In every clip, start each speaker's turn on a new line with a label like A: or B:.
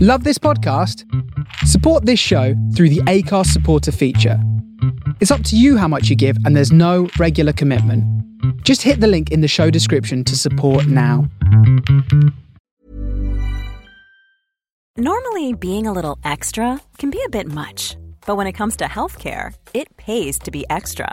A: Love this podcast? Support this show through the ACARS supporter feature. It's up to you how much you give, and there's no regular commitment. Just hit the link in the show description to support now.
B: Normally, being a little extra can be a bit much, but when it comes to healthcare, it pays to be extra.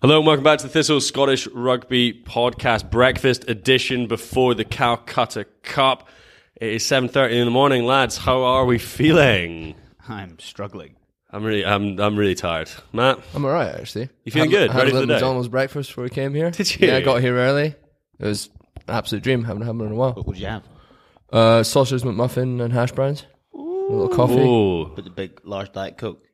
C: Hello and welcome back to the Thistle Scottish Rugby Podcast Breakfast Edition before the Calcutta Cup. It is seven thirty in the morning, lads. How are we feeling?
D: I'm struggling.
C: I'm really, I'm, I'm really tired. Matt,
E: I'm all right actually.
C: You feeling
E: Had-
C: good?
E: Had
C: Ready
E: a
C: for the
E: little
C: day?
E: McDonald's breakfast before we came here.
C: Did you?
E: Yeah, I got here early. It was an absolute dream. Haven't had one in a while.
D: What would you have?
E: Uh, sausage McMuffin and hash browns. A little coffee.
C: oh,
D: With the big, large Diet Coke.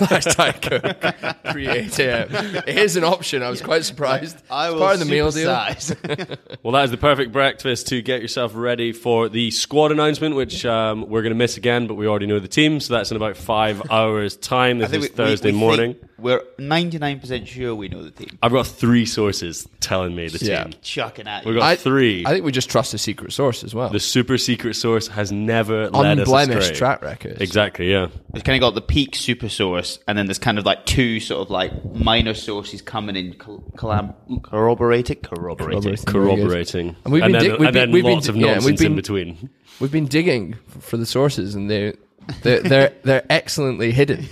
E: Last time Coke. Pre eight a.m. uh, It is an option. I was quite surprised.
D: I
E: It's
D: will
E: part of the meal deal.
D: supersize.
C: well, that is the perfect breakfast to get yourself ready for the squad announcement, which um, we're going to miss again, but we already know the team, so that's in about five hours' time. This is Thursday morning.
D: think We're 99% sure we know the team.
C: I've got three sources telling me the
E: Yeah.
C: team.
D: Chucking at
C: We've
D: you.
C: got
E: I,
C: three.
E: I think we just trust the secret source as well.
C: the super secret source has never led us
E: Unblemished
C: astray.
E: track record.
C: Exactly, yeah.
D: We've kind of got the peak super source, and then there's kind of like two sort of like minor sources coming in, col- collab- corroborated, corroborated.
C: corroborating,
E: And we've
C: and
E: been
C: then,
E: di- we've
C: and
E: been-
C: then
E: we've been
C: lots
E: di-
C: of
E: yeah,
C: nonsense
E: we've been-
C: in between.
E: We've been digging f- for the sources, and they they're they're, they're excellently hidden.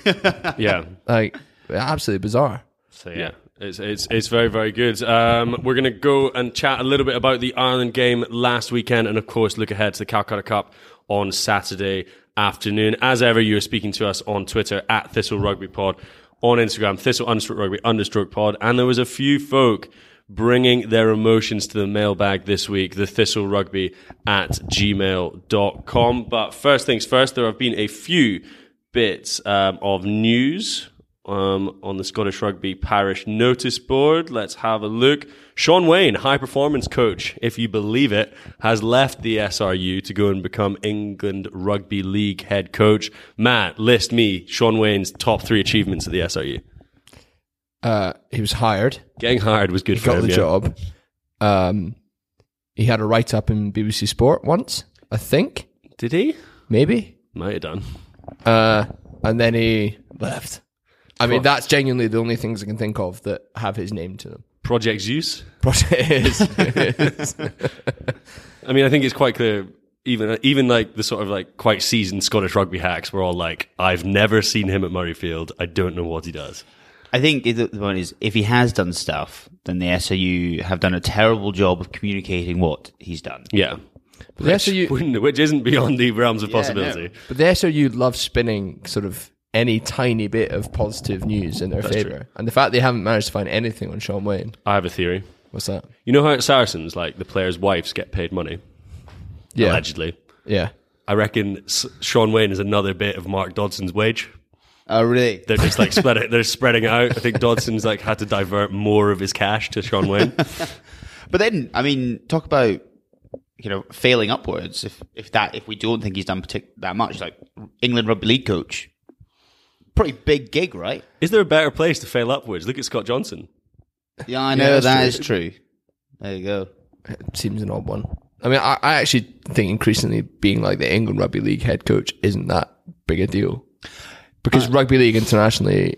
C: Yeah,
E: Like absolutely bizarre.
C: so yeah, it's it's it's very very good. Um, we're gonna go and chat a little bit about the Ireland game last weekend, and of course look ahead to the Calcutta Cup on Saturday afternoon. As ever, you are speaking to us on Twitter at Thistle Rugby Pod, on Instagram Thistle Understroke Rugby Understroke Pod, and there was a few folk. Bringing their emotions to the mailbag this week, the thistle rugby at gmail.com. But first things first, there have been a few bits um, of news um, on the Scottish Rugby Parish Notice Board. Let's have a look. Sean Wayne, high performance coach, if you believe it, has left the SRU to go and become England Rugby League head coach. Matt, list me Sean Wayne's top three achievements at the SRU.
E: Uh, he was hired.
C: Getting hired was good
E: he
C: for
E: got
C: him.
E: the
C: yeah.
E: job. Um, he had a write up in BBC Sport once, I think,
C: Did he?
E: maybe,
C: Might have done.
E: uh, and then he left. I mean, that's genuinely the only things I can think of that have his name to them.
C: Project Zeus.
E: Project is, is-
C: I mean, I think it's quite clear. Even even like the sort of like quite seasoned Scottish rugby hacks were all like, I've never seen him at Murrayfield. I don't know what he does.
D: I think the the point is, if he has done stuff, then the SAU have done a terrible job of communicating what he's done.
C: Yeah.
E: but the SOU,
C: Wouldn't it? Which isn't beyond the realms of possibility.
E: but the SOU love spinning sort of any tiny bit of positive news in their favor, and the fact they haven't managed to find anything on Sean Wayne.
C: I have a theory.
E: What's that?
C: You know how at Saracens, like the players' wives get paid money,
E: Yeah,
C: allegedly.
E: yeah.
C: I reckon S- Sean Wayne is another bit of Mark Dodson's wage.
D: Oh, really?
C: They're just like spread it. They're spreading it out. I think Dodson's like had to divert more of his cash to Sean Wayne.
D: But then, I mean, talk about you know failing upwards. If if that if we don't think he's done partic- that much, like England rugby league coach, pretty big gig, right?
C: Is there a better place to fail upwards? Look at Scott Johnson.
D: Yeah, I know
E: that's
D: that
E: true.
D: is true. There you go.
E: seems an odd one. I mean, I, I actually think increasingly being like the England Rugby League head coach isn't that big a deal because rugby league internationally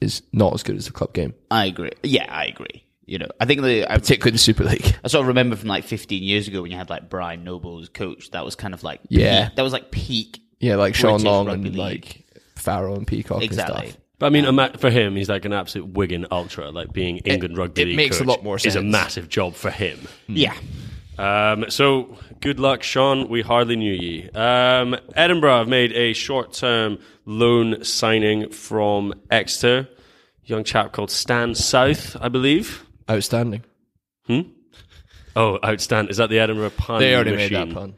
E: is not as good as the club game,
D: I agree. Yeah, I agree. You know, I think the I,
E: particularly the Super League.
D: I sort of remember from like 15 years ago when you had like Brian Noble as coach. That was kind of like
E: Yeah.
D: peak- that was like peak.
E: Yeah, like Sean
D: British
E: Long
D: rugby
E: and
D: league.
E: like Farrell and Peacock and
D: Exactly.
E: stuff.
C: But I mean, ima- for him, he's like an absolute Wigan ultra. Like being England rugby
E: it
C: league
E: makes a
C: coach
E: lot more
C: Is a
E: sense.
C: massive job for him.
D: Yeah.
C: Um, so good luck, Sean. We hardly knew ye. Um, Edinburgh have made a short-term loan signing from Exeter, young chap called Stan South, I believe.
E: Outstanding.
C: Oh, outstand! Is that the Edinburgh pun?
E: They already
C: machine?
E: made that pun.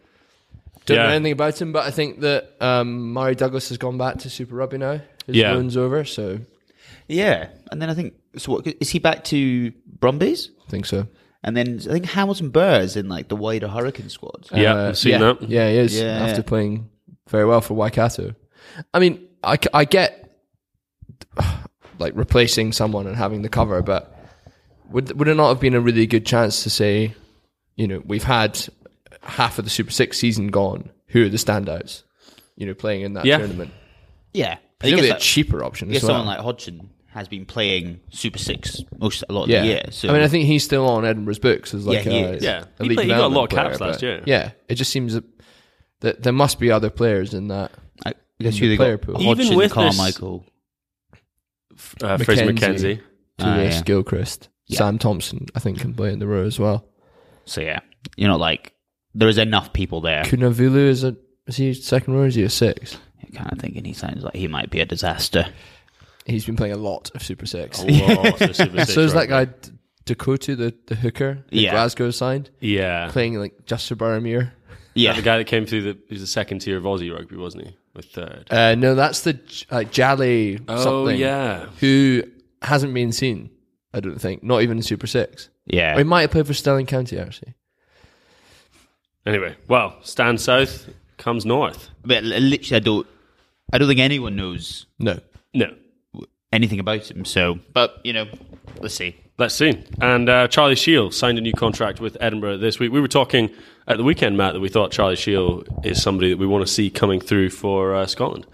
E: Don't
C: Yeah.
E: know anything about him, but I think that um, Murray Douglas has gone back to Super Rugby now. His
C: Yeah.
E: loan's over, so
D: Yeah. And then I think so. What is he back to Brumbies?
E: I think so.
D: And then I think Hamilton Burr's in like the wider Hurricane squad.
C: Yeah,
E: Uh,
C: I've seen
E: yeah,
C: that.
E: Yeah, he is.
D: Yeah.
E: After playing very well for Waikato. I mean, I, c- I get like replacing someone and having the cover, but would would it not have been a really good chance to say, you know, we've had half of the Super Six season gone. Who are the standouts? You know, playing in that
C: Yeah.
E: tournament.
D: Yeah. I guess
E: Presumably a
D: that-
E: cheaper option.
D: I guess
E: as well.
D: someone like Hodgson has been playing Super Six most a lot of
E: yeah.
D: the year. So
E: I mean, I think he's still on Edinburgh's books as like
D: Yeah, he
E: a,
D: is.
C: Yeah.
E: a
C: He
E: league
C: played- he got a lot of
E: development player,
C: caps
E: but
C: last year.
E: Yeah, it just seems that- that there must be other players in that.
D: I guess
E: in
D: who
E: the
D: they
E: player
D: got?
E: pool.
C: Even
D: Hodgson,
C: with this-
D: Carmichael.
C: Uh, Fraser
E: Mackenzie.
C: McKenzie.
E: Julius
D: Ah, yeah.
E: Gilchrist, Sam Thompson, I think can play in the row as well.
D: So yeah, you know, like there is enough people there.
E: Kunavulu is a is he second row? Or is he a six?
D: I'm kind of thinking he sounds like he might be a disaster.
E: He's been playing a lot of Super
D: Oh,
E: Six.
C: Lots of Super Six
E: so is that
C: rugby.
E: guy D- Dakota, the the hooker, that
D: Yeah.
E: Glasgow signed,
C: Yeah.
E: playing like just for Baromir.
D: Yeah,
C: The guy that came through the he's the second tier of Aussie rugby, wasn't he? Or third.
E: Uh, no, that's the J- uh, Jally
C: Oh
E: something
C: yeah.
E: who hasn't been seen. I don't think, not even in Super Six.
D: yeah.
E: Or he might have played for Stirling County actually.
C: Anyway, well, Stan South comes north.
D: but li- literally, I don't, I don't think anyone knows
E: No,
C: No.
D: anything about him. So, but you know, let's see.
C: Let's see. And uh, Charlie Shield signed a new contract with Edinburgh this week. We were talking at the weekend, Matt, that we thought Charlie Shield is somebody that we want to see coming through for uh, Scotland.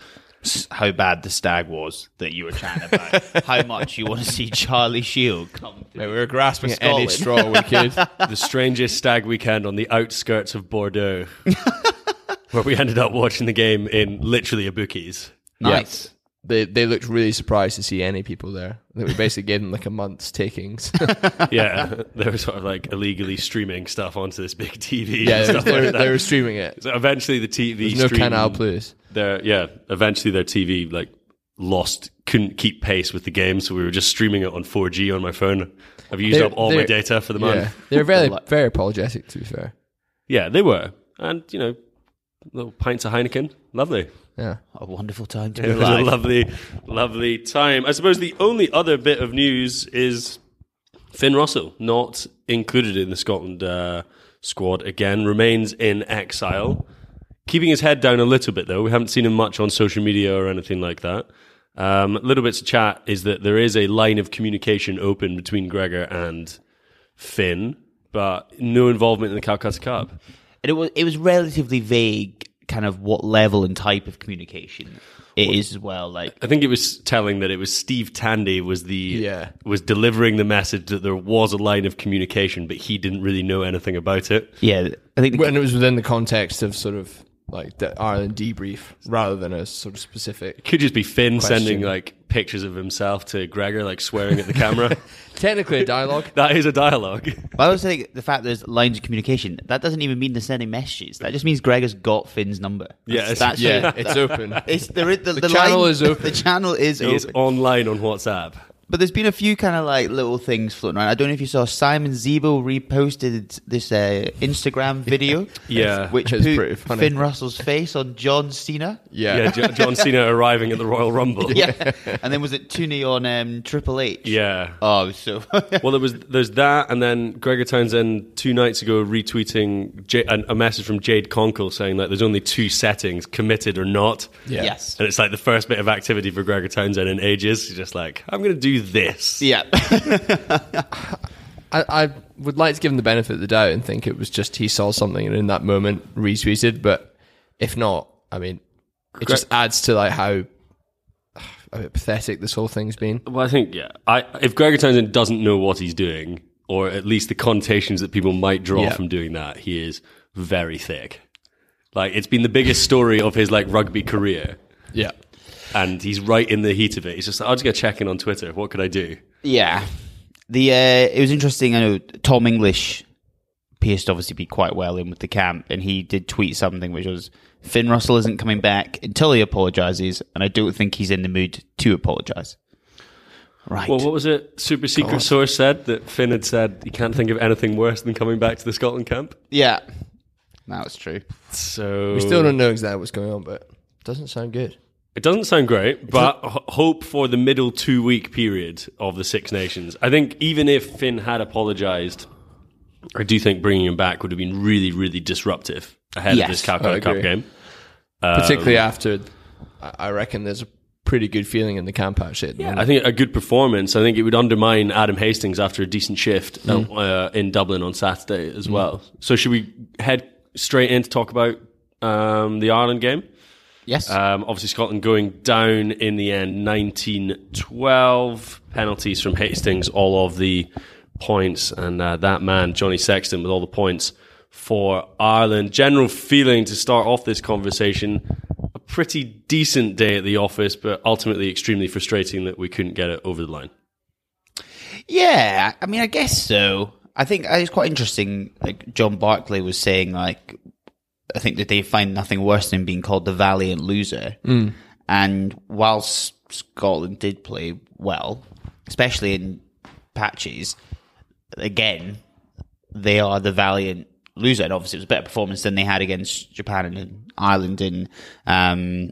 D: s- How bad the stag was that you were chatting about? how much you want to see Charlie Shield come through?
E: were grasping
D: at any
E: straw we could.
C: the strangest stag weekend on the outskirts of Bordeaux, where we ended up watching the game in literally a bookies.
D: Nice.
E: they they looked really surprised to see any people there. I think we basically gave them like a month's takings.
C: Yeah, they were sort of like illegally streaming stuff onto this big TV.
E: yeah,
C: and
E: they,
C: stuff
E: were- they,
C: like
E: were,
C: that.
E: they were streaming it.
C: So eventually, the TV
E: There's no
C: stream-
E: Canal Plus.
C: Their yeah, eventually their TV like lost, couldn't keep pace with the game, so we were just streaming it on 4G on my phone. I've used
E: They're-
C: up all my
E: they're-
C: data for the
E: Yeah,
C: month.
E: they were very very apologetic. To be fair,
C: Yeah, they were, and you know, little pints of Heineken, lovely.
E: yeah.
D: A wonderful time to be
C: It was a
D: alive.
C: lovely, lovely time. I suppose the only other bit of news is Finn Russell, not included in the Scotland uh, squad again, remains in exile. Keeping his head down a little bit, though. We haven't seen him much on social media or anything like that. Um, little bits of chat is that there is a line of communication open between Gregor and Finn, but no involvement in the Calcutta Cup.
D: And it was it was relatively vague, kind of what level and type of communication it is as well. Like
C: I think it was telling that it was Steve Tandy was the
E: Yeah.
C: was delivering the message that there was a line of communication, but he didn't really know anything about it.
D: yeah, I think the,
E: When it was within the context of sort of like the Ireland debrief rather than a sort of specific.
C: Could just be Finn
E: Question.
C: sending like pictures of himself to Gregor, like swearing at the camera.
E: Technically, a dialogue.
C: that is a dialogue.
D: But I also think the fact there's lines of communication that doesn't even mean they're sending messages. That just means Gregor's got Finn's number.
C: Yeah, it's-
D: that's
E: Yeah, it's open.
D: It's, there is- the,
E: channel
D: line-
E: is open.
D: The channel is
C: He is
D: open.
C: online on WhatsApp.
D: But there's been a few kind of like little things floating around. I don't know if you saw Simon Zebo reposted this uh, Instagram video,
C: Yeah.
D: which
E: It's
D: put
E: pretty funny.
D: Finn Russell's face on John Cena.
E: Yeah.
C: Yeah, Jo- John Cena arriving at the Royal Rumble.
D: Yeah, and then was it Tooney on um, Triple H?
C: Yeah.
D: Oh, so
C: Well, there was there's that, and then Gregor Townsend two nights ago retweeting J- an, a message from Jade Conkle saying like there's only two settings, committed or not.
E: Yeah.
D: yes,
C: And it's like the first bit of activity for Gregor Townsend in ages. He's just like, I'm going to do this.
D: yeah.
E: I, I would like to give him the benefit of the doubt and think it was just he saw something and in that moment retweeted. But if not, I mean, it just adds to like how a bit pathetic this whole thing's been.
C: Well, I think yeah. I, if Gregor Townsend doesn't know what he's doing, or at least the connotations that people might draw
E: Yeah.
C: from doing that, he is very thick. Like it's been the biggest story of his like rugby career,
E: Yeah.
C: and he's right in the heat of it. He's just like, I'll just go check in on Twitter. What could I do?
D: Yeah. The uh, it was interesting. I know Tom English appears to obviously be quite well in with the camp, and he did tweet something which was Finn Russell isn't coming back until he apologizes, and I don't think he's in the mood to apologize. Right.
C: Well, what was it? Super secret source said that Finn had said he can't think of anything worse than coming back to the Scotland camp.
D: yeah. That's true.
C: So
E: We still don't know exactly what's going on, but it doesn't sound good.
C: It doesn't sound great, but h- hope for the middle two week period of the Six Nations. I think even if Finn had apologised, I do think bringing him back would have been really, really disruptive ahead
D: Yes.
C: of this
E: Oh, I
C: Calcutta Cup
E: agree.
C: game.
E: Particularly after, I I reckon there's a pretty good feeling in the camp actually. At the
C: I
E: moment.
C: think a good performance. I think it would undermine Adam Hastings after a decent shift
E: Mm.
C: uh, in Dublin on Saturday as well. So should we head straight in to talk about um, the Ireland game?
D: Yes.
C: Um, obviously, Scotland going down in the end, 19 12. Penalties from Hastings, all of the points. And uh, that man, Johnny Sexton, with all the points for Ireland. General feeling to start off this conversation a pretty decent day at the office, but ultimately extremely frustrating that we couldn't get it over the line.
D: Yeah, I mean, I guess so. I think uh, it's quite interesting. Like John Barclay was saying, like I think that they find nothing worse than being called the valiant loser. Mm. And whilst Scotland did play well, especially in patches, again they are the valiant loser. And obviously, it was a better performance than they had against Japan and- and Ireland in um,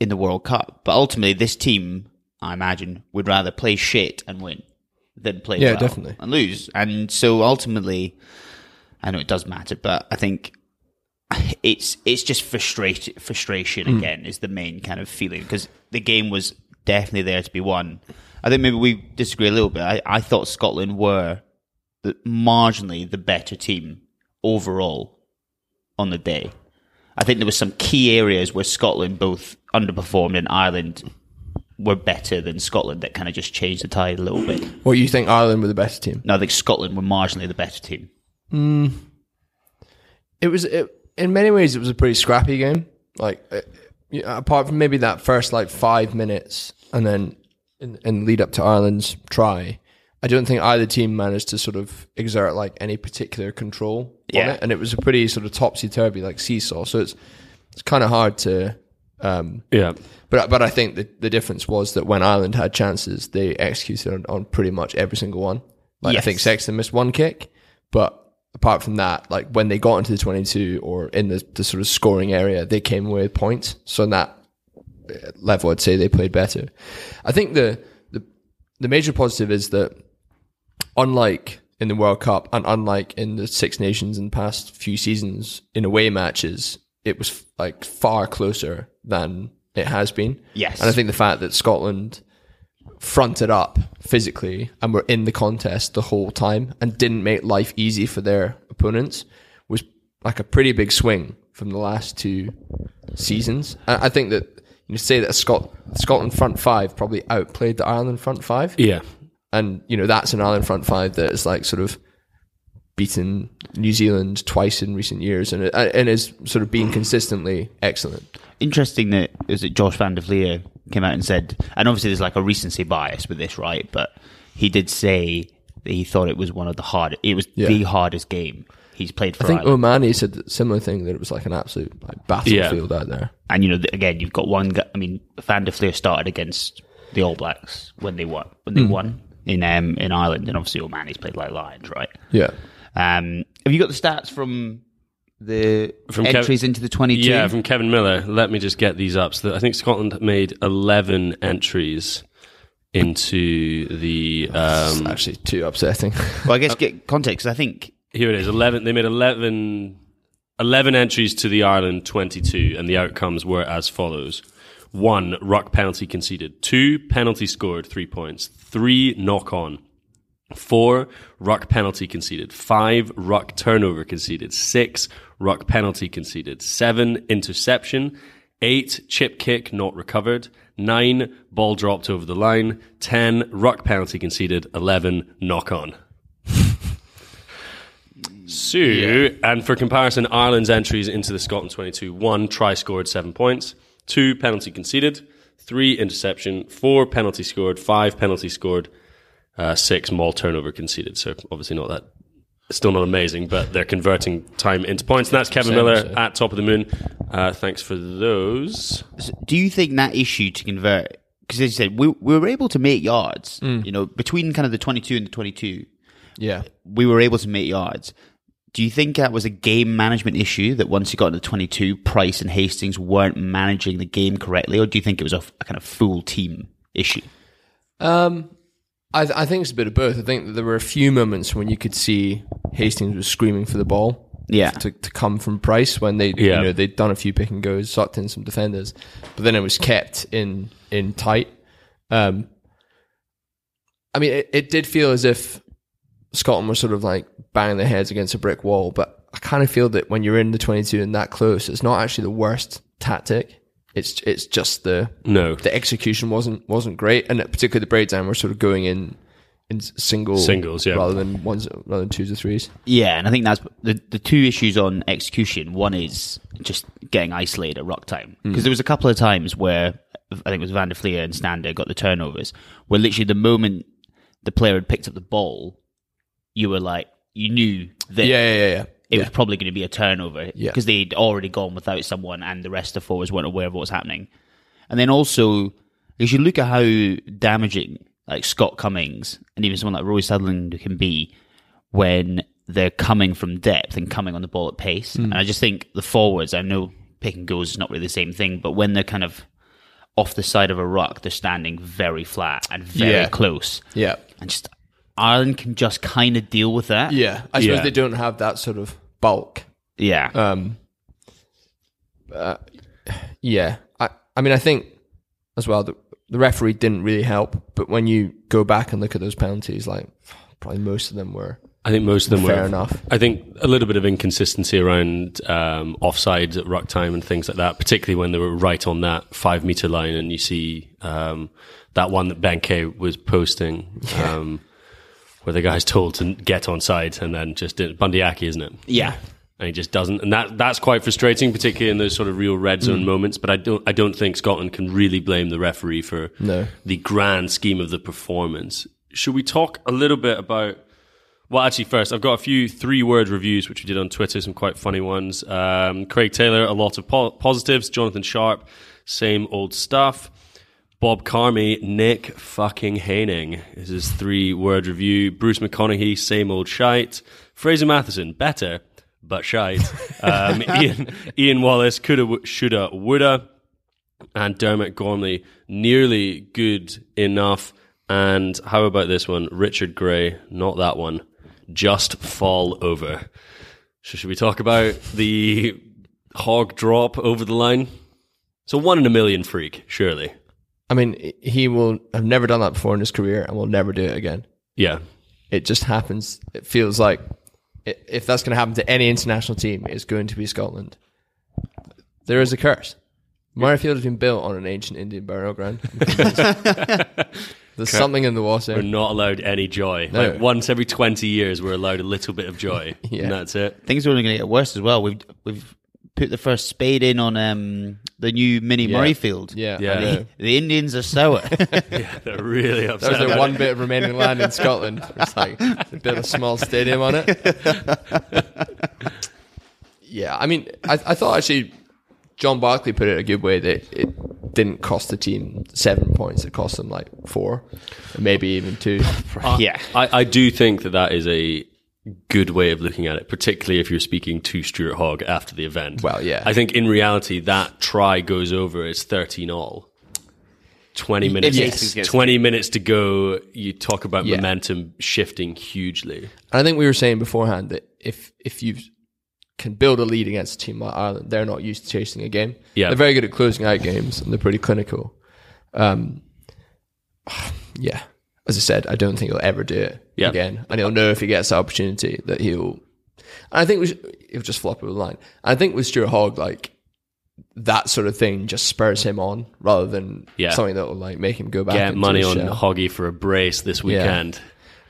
D: in the World Cup. But ultimately, this team, I imagine, would rather play shit and win than play
E: Yeah,
D: well
E: definitely.
D: and lose. And so ultimately, I know it does matter, but I think it's it's just frustrate, frustration
E: Mm.
D: again is the main kind of feeling because the game was definitely there to be won. I think maybe we disagree a little bit. I, I thought Scotland were the, marginally the better team overall on the day. I think there were some key areas where Scotland both underperformed and Ireland were better than Scotland that kind of just changed the tide a little bit.
E: What you think Ireland were the best team?
D: No, I think Scotland were marginally the better team.
E: it was it, in many ways it was a pretty scrappy game. Like it, you know, apart from maybe that first like five minutes and then in, in lead up to Ireland's try, I don't think either team managed to sort of exert like any particular control on
D: Yeah.
E: it. And it was a pretty sort of topsy turvy like seesaw. So it's it's kind of hard to.
C: Yeah.
E: But but I think the the difference was that when Ireland had chances, they executed on, on pretty much every single one. Like
D: Yes.
E: I think Sexton missed one kick, but apart from that, like when they got into the twenty two or in the, the sort of scoring area, they came away with points. So in that uh, level, I'd say they played better. I think the the the major positive is that unlike in the World Cup and unlike in the Six Nations in the past few seasons in away matches, it was like far closer than it has been.
D: Yes.
E: And I think the fact that Scotland fronted up physically and were in the contest the whole time and didn't make life easy for their opponents was like a pretty big swing from the last two seasons. I I think that you say that a Scot- Scotland front five probably outplayed the Ireland front five
C: Yeah.
E: and you know that's an Ireland front five that is like sort of beaten New Zealand twice in recent years, and uh, and is sort of being consistently excellent.
D: interesting that it was that Josh Van der Vlier came out and said, and obviously there's like a recency bias with this, right? But he did say that he thought it was one of the hard, it was
E: Yeah.
D: the hardest game he's played for
E: I think
D: Ireland.
E: Omani said a similar thing that it was like an absolute like battlefield out there.
D: and you know, th- again, you've got one. gu- I mean, Van der Vlier started against the All Blacks when they won when they
C: Hmm.
D: won in um, in Ireland, and obviously O'Malley's played like Lions, right?
E: Yeah.
D: Um, have you got the stats from the
C: From Kev-
D: entries into the twenty-two?
C: Yeah, from Kevin Miller. Let me just get these up. So that- I think Scotland made 11 entries into the.
E: It's
C: Um,
E: actually too upsetting.
D: well, I guess get context. 'cause I think
C: here it is. 11. They made 11, 11 entries to the Ireland 22, and the outcomes were as follows. One, ruck penalty conceded. Two, penalty scored, three points. Three, knock on. Four, ruck penalty conceded. Five, ruck turnover conceded. Six, ruck penalty conceded. Seven, interception. Eight, chip kick not recovered. Nine, ball dropped over the line. Ten, ruck penalty conceded. Eleven, knock on. So, and for comparison, Ireland's entries into the Scotland 22 one, try scored, seven points. Two, penalty conceded. Three, interception. Four, penalty scored. Five, penalty scored uh, six more turnover conceded. So obviously not that. Still not amazing, but they're converting time into points. And that's Kevin Miller at top of the moon. Uh, thanks for those.
D: do you think that issue to convert? Because as you said, we, we were able to make yards.
C: Hmm.
D: You know, between kind of the twenty-two and the twenty-two,
E: yeah.
D: we were able to make yards. Do you think that was a game management issue that once you got into 22, Price and Hastings weren't managing the game correctly, or do you think it was a, f- a kind of full team issue?
E: Um, I, th- I think it's a bit of both. I think that there were a few moments when you could see Hastings was screaming for the ball.
D: Yeah.
E: To, to come from Price when they
C: Yeah.
E: you know they'd done a few pick and goes, sucked in some defenders, but then it was kept in in tight. Um, I mean, it, it did feel as if Scotland were sort of like banging their heads against a brick wall, but I kind of feel that when you're in the 22 and that close, it's not actually the worst tactic. It's it's just the
C: No.
E: the execution wasn't wasn't great, and particularly the breakdown were sort of going in in single
C: Singles, yeah.
E: rather than ones rather than twos or threes.
D: Yeah, and I think that's the, the two issues on execution. One is just getting isolated at rock time. Because there was a couple of times where I think it was Van der Fleer and Stander got the turnovers, where literally the moment the player had picked up the ball, you were like, you knew that
E: Yeah, yeah, yeah. yeah.
D: it was probably going to be a turnover
E: Yeah.
D: because they'd already gone without someone and the rest of the forwards weren't aware of what was happening. And then also, because you look at how damaging like Scott Cummings and even someone like Roy Sutherland can be when they're coming from depth and coming on the ball at pace.
E: Hmm.
D: And I just think the forwards, I know pick and goes is not really the same thing, but when they're kind of off the side of a rock, they're standing very flat and very
E: Yeah.
D: close.
E: Yeah.
D: And just Ireland can just kind of deal with that.
E: Yeah, I suppose
C: Yeah.
E: they don't have that sort of bulk.
D: Yeah.
E: Um, uh, yeah, I, I mean, I think as well the, the referee didn't really help. But when you go back and look at those penalties, like probably most of them were.
C: I think most of them
E: Fair
C: were.
E: enough.
C: I think a little bit of inconsistency around um, offside at ruck time and things like that, particularly when they were right on that five meter line, and you see um, that one that Ben K was posting, um, where the guy's told to get on side and then just did Bundyaki, isn't it?
D: yeah.
C: and he just doesn't. And that that's quite frustrating, particularly in those sort of real red
E: Mm.
C: zone moments. But I don't I don't think Scotland can really blame the referee for
E: No.
C: the grand scheme of the performance. Should we talk a little bit about? Well, actually, first I've got a few three word reviews which we did on Twitter, some quite funny ones. Um, Craig Taylor, a lot of po- positives. Jonathan Sharp, same old stuff. Bob Carmi, Nick fucking Haining is his three word review. Bruce McConaughey, same old shite. Fraser Matheson, better, but shite. Um, Ian, Ian Wallace, coulda, shoulda, woulda. And Dermot Gormley, nearly good enough. And how about this one? Richard Gray, not that one. Just fall over. So should we talk about the hog drop over the line? So one in a million freak, surely.
E: I mean, i- he will have never done that before in his career, and will never do it again.
C: Yeah.
E: It just happens. It feels like i- if that's going to happen to any international team, it's going to be Scotland. There is a curse. Murrayfield has been built on an ancient Indian burial ground. There's something in the water.
C: We're not allowed any joy.
E: No.
C: Like once every 20 years, we're allowed a little bit of joy.
E: Yeah.
C: And that's it.
D: things are only going to get worse as well. We've we've put the first spade in on um, the new mini Murrayfield.
E: Yeah,
C: Yeah.
E: I know.
C: Yeah.
D: The Indians are sour.
C: They're really upset.
E: That was
C: about
E: the
C: it.
E: one bit of remaining land in Scotland. It's like they built a small stadium on it. Yeah, I mean, I, I thought actually John Barkley put it a good way that it didn't cost the team seven points; it cost them like four, maybe even two.
D: yeah.
C: I, I do think that that is a good way of looking at it, particularly if you're speaking to Stuart Hogg after the event.
E: Well, yeah.
C: I think in reality, that try goes over. It's 13 all. 20 minutes,
D: basically gets-
C: 20 minutes to go. You talk about
E: Yeah.
C: momentum shifting hugely.
E: And I think we were saying beforehand that if if you can build a lead against a team like Ireland, they're not used to chasing a game.
C: Yeah.
E: they're very good at closing out games, and they're pretty clinical. Um, yeah, as I said, I don't think he'll ever do it
C: Yeah.
E: again, and he'll know if he gets the opportunity that he'll. And I think we should, he'll just flop over the line. I think with Stuart Hogg, like that sort of thing just spurs him on rather than
C: Yeah.
E: something that will like make him go back.
C: Get
E: into
C: money
E: his
C: on
E: shell.
C: Hoggy for a brace this weekend.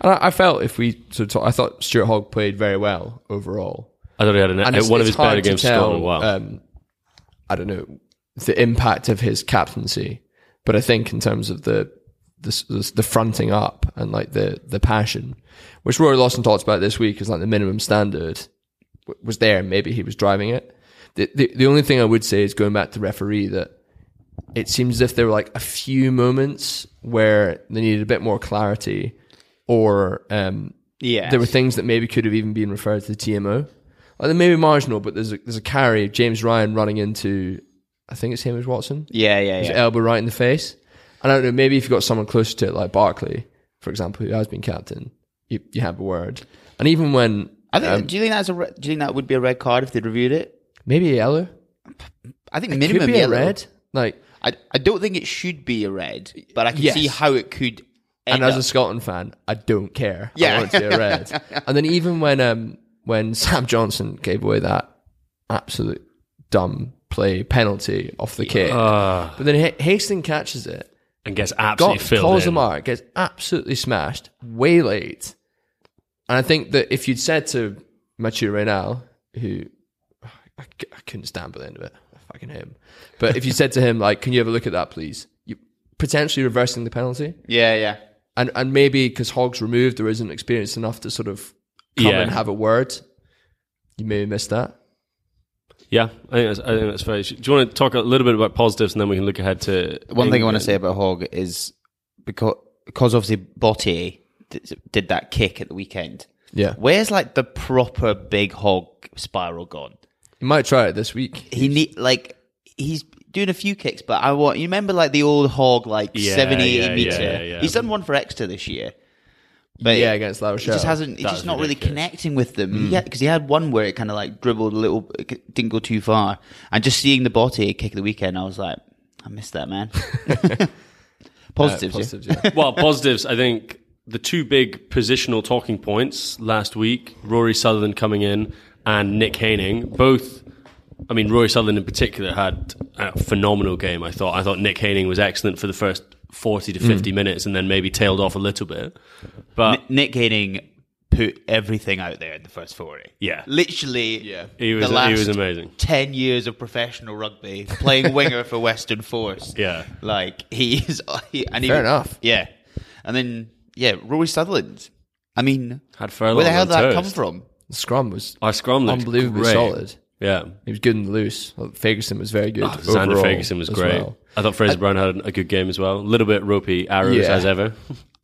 E: And I, I felt if we sort of talk, I thought Stuart Hogg played very well overall.
C: I thought he had an, uh,
E: And it's-
C: one of
E: it's
C: his better
E: hard to
C: games
E: tell,
C: Scotland. Wow.
E: Um, I don't know the impact of his captaincy, but I think in terms of the the, s- the s- the fronting up and like the the passion, which Rory Lawson talked about this week, is like the minimum standard w- was there. Maybe he was driving it. The, the the only thing I would say is going back to referee that it seems as if there were like a few moments where they needed a bit more clarity or um,
D: Yeah.
E: there were things that maybe could have even been referred to the TMO. Like they may be marginal, but there's a, there's a carry of James Ryan running into, I think it's Hamish Watson,
D: yeah, yeah,
E: his
D: yeah.
E: elbow right in the face. And I don't know, maybe if you've got someone closer to it, like Barkley, for example, who has been captain, you, you have a word. And even when,
D: I think.
E: um,
D: do you think that's a? Re- do you think that would be a red card if they reviewed it?
E: maybe a yellow,
D: I think
E: could
D: minimum
E: be a
D: yellow.
E: red. Like,
D: I, I don't think it should be a red, but I can
E: Yes.
D: see how it could. End
E: and as
D: up.
E: a Scotland fan, I don't care. I
D: Yeah.
E: want it to be a red. and then even when um when Sam Johnson gave away that absolute dumb play penalty off the kick, but then H- Hastings catches it,
C: and gets
E: got
C: absolutely filled.
E: calls the
C: in.
E: mark, gets absolutely smashed, way late. And I think that if you'd said to Mathieu Reynal, who I, c- I couldn't stand by the end of it, I fucking hate him, but if you said to him like, "Can you have a look at that, please?" You potentially reversing the penalty
D: yeah, yeah.
E: and and maybe because Hogg's removed, there isn't experience enough to sort of come
C: Yeah.
E: and have a word. You maybe missed that.
C: Yeah, I think that's, I think that's fair. Do you want to talk a little bit about positives and then we can look ahead to
D: One thing I want to
C: England?
D: say about Hogg is because because obviously Bottier did, did that kick at the weekend.
E: Yeah,
D: Where's like the proper big Hogg spiral gone?
E: you might try it this week.
D: He need like he's doing a few kicks, but I want you remember like the old Hogg like
C: Yeah,
D: 70, 80
C: yeah,
D: meter.
C: yeah, yeah.
D: He's done one for extra this year. But
E: yeah, against La
D: He
E: Rochelle.
D: just hasn't. He's
C: That
D: just
C: was
D: not really
C: ridiculous.
D: connecting with them. Yeah, because he had one where it kind of like dribbled a little, it didn't go too far. And just seeing the Bottier kick at the weekend, I was like, I missed that man. Positives. yeah.
E: Uh, Positives, yeah.
C: well, positives. I think the two big positional talking points last week: Rory Sutherland coming in and Nick Haining. Both, I mean, Rory Sutherland in particular had a phenomenal game. I thought. I thought Nick Haining was excellent for the first forty
E: Hmm.
C: to fifty minutes, and then maybe tailed off a little bit. But
D: N- Nick Gaining put everything out there in the first 40.
C: Yeah.
D: Literally, yeah.
C: He was-
D: the last
C: he was amazing.
D: 10 years of professional rugby, playing winger for Western Force.
C: Yeah.
D: Like, he is. He, and
E: Fair
D: even-
E: enough.
D: Yeah. And then, yeah, Rory Sutherland. I mean,
C: Had
D: where
C: furlong
D: the hell
C: on
D: did that
C: toast.
D: come from?
E: The scrum was
C: our scrum looked
E: unbelievably
C: great.
E: solid.
C: Yeah,
E: He was good and loose. Well, Ferguson was very good.
C: Oh, Xander
E: Ah, overall
C: Ferguson was
E: as
C: great.
E: well.
C: I thought Fraser Brown had a good game as well. A little bit ropey arrows
E: Yeah.
C: as ever.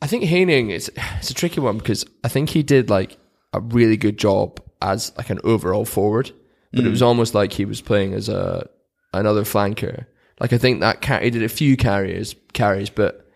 E: I think Haining it's it's a tricky one because I think he did like a really good job as like an overall forward, but
D: Mm.
E: it was almost like he was playing as a another flanker. Like I think that car- he did a few carriers carries, but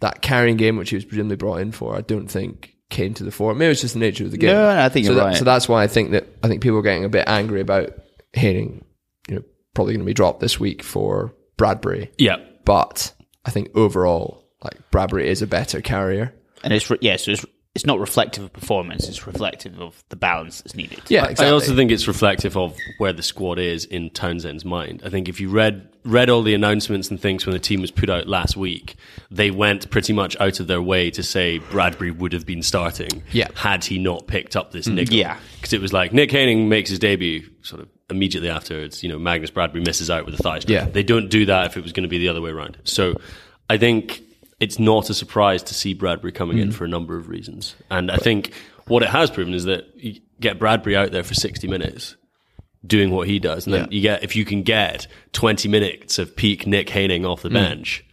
E: that carrying game which he was presumably brought in for, I don't think came to the fore. Maybe it's just the nature of the game.
D: No, no, I think
E: so
D: you're
E: that-
D: right.
E: So that's why I think that I think people are getting a bit angry about Haining. You know, probably going to be dropped this week for Bradbury,
C: Yeah,
E: but I think overall, like Bradbury is a better carrier.
D: And it's, re- yeah, so it's, it's not reflective of performance, it's reflective of the balance that's needed.
E: Yeah,
C: I also think it's reflective of where the squad is in Townsend's mind. I think if you read read all the announcements and things when the team was put out last week, they went pretty much out of their way to say Bradbury would have been starting
E: Yeah.
C: had he not picked up this nickel.
D: yeah.
C: Because it was like Nick Haining makes his debut sort of immediately afterwards, you know, Magnus Bradbury misses out with a thigh strike.
E: Yeah.
C: They don't do that if it was going to be the other way around. So I think it's not a surprise to see Bradbury coming in for a number of reasons. And I think what it has proven is that you get Bradbury out there for 60 minutes, doing what he does. And then
D: Yeah.
C: you get if you can get twenty minutes of peak Nick Haining off the bench,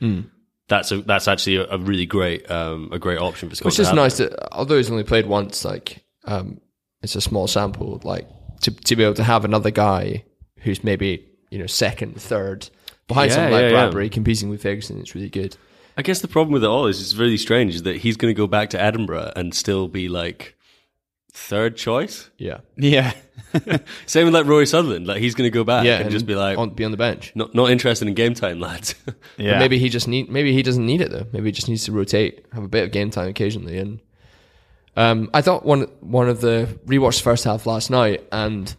C: that's a that's actually a, a really great um, a great option for Scott.
E: It's
C: to
E: just
C: have
E: nice
C: there.
E: that although he's only played once, like um, it's a small sample. Like to to be able to have another guy who's maybe you know second, third behind
C: Yeah,
E: someone like
C: yeah, yeah.
E: Bradbury competing with Ferguson. It's really good.
C: I guess the problem with it all is it's really strange is that he's going to go back to Edinburgh and still be like third choice.
E: Yeah,
D: Yeah.
C: Same with like Roy Sutherland, like he's going to go back
E: yeah,
C: and, just be like,
E: on, be on the bench.
C: not not interested in game time, lads.
E: But maybe he just need maybe he doesn't need it though. Maybe he just needs to rotate, have a bit of game time occasionally. And um, I thought one one of the rewatched the first half last night, and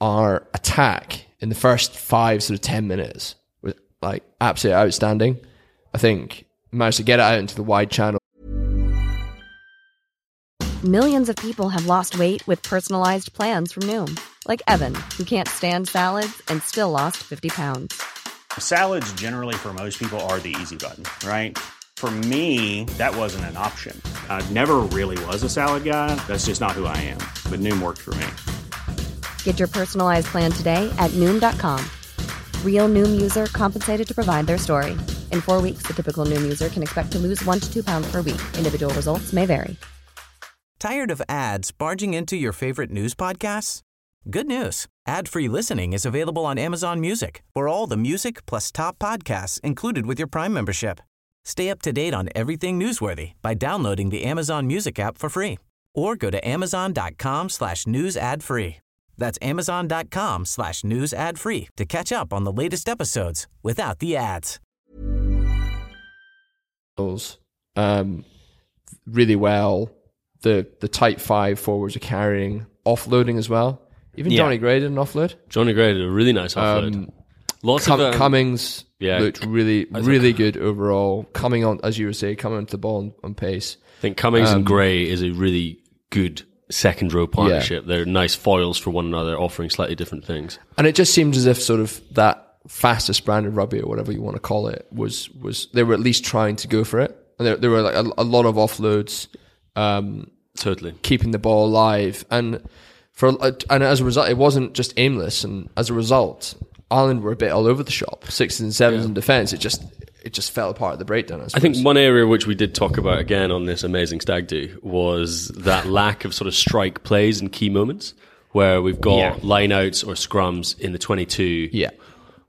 E: our attack in the first five sort of ten minutes was like absolutely outstanding. I think managed to get it out into the wide channel.
F: Millions of people have lost weight with personalized plans from Noom, like Evan, who can't stand salads and still lost 50 pounds.
G: Salads, generally, for most people, are the easy button, right? For me, that wasn't an option. I never really was a salad guy. That's just not who I am. But Noom worked for me.
F: Get your personalized plan today at Noom.com. Real Noom user compensated to provide their story. In four weeks, the typical Noom user can expect to lose one to two pounds per week. Individual results may vary.
H: Tired of ads barging into your favorite news podcasts? Good news. Ad-free listening is available on Amazon Music. For all the music plus top podcasts included with your Prime membership. Stay up to date on everything newsworthy by downloading the Amazon Music app for free or go to amazon.com slash news ad free. That's amazon.com slash news ad free to catch up on the latest episodes without the ads.
E: goals, um, really well. The the tight five forwards are carrying offloading as well. Even
D: Yeah.
E: Johnny Gray did an offload.
C: Johnny Gray did a really nice offload.
E: Um,
C: Lots
E: Cum-
C: of um,
E: Cummings
C: yeah.
E: looked really,
C: I was
E: really good overall. Coming on, as you were saying, coming onto the ball on, on pace.
C: I think Cummings
E: Um,
C: and Gray is a really good second row partnership. They're nice foils for one another, offering slightly different things.
E: And it just seemed as if sort of that fastest brand of rugby or whatever you want to call it was, was they were at least trying to go for it. And there, there were like a, a lot of offloads, um,
C: Totally.
E: keeping the ball alive. And for, and as a result, it wasn't just aimless. And as a result, Ireland were a bit all over the shop. Sixes and sevens in defence. It just, it just fell apart at the breakdown. I,
C: I
E: suppose.
C: think one area which we did talk about again on this amazing stag do was that lack of sort of strike plays in key moments where we've got
D: Yeah.
C: lineouts or scrums in the 22
E: yeah.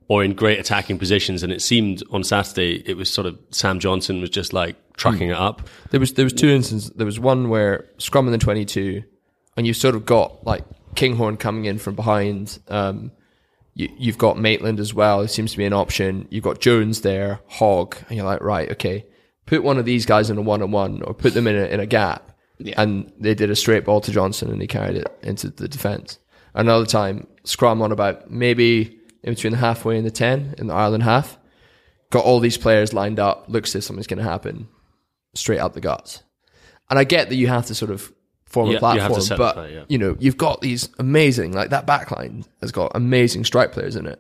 C: or in great attacking positions. And it seemed on Saturday, it was sort of Sam Johnson was just like trucking
D: Hmm.
C: it up.
E: There was there was two instances. There was one where scrum in the twenty two, and you've sort of got like Kinghorn coming in from behind. Um, you, you've got Maitland as well. It seems to be an option. You've got Jones there, Hogg, and you're like, right, okay, put one of these guys in a one on one, or put them in a, in a gap. And they did a straight ball to Johnson, and he carried it into the defense. Another time, scrum on about maybe in between the halfway and the ten in the Ireland half. Got all these players lined up. Looks as if something's going to happen straight up the guts. And I get that you have to sort of form
C: Yeah,
E: a
C: you have to
E: platform,
C: set the
E: but
C: play, yeah.
E: you know you've got these amazing like that back line has got amazing strike players in it.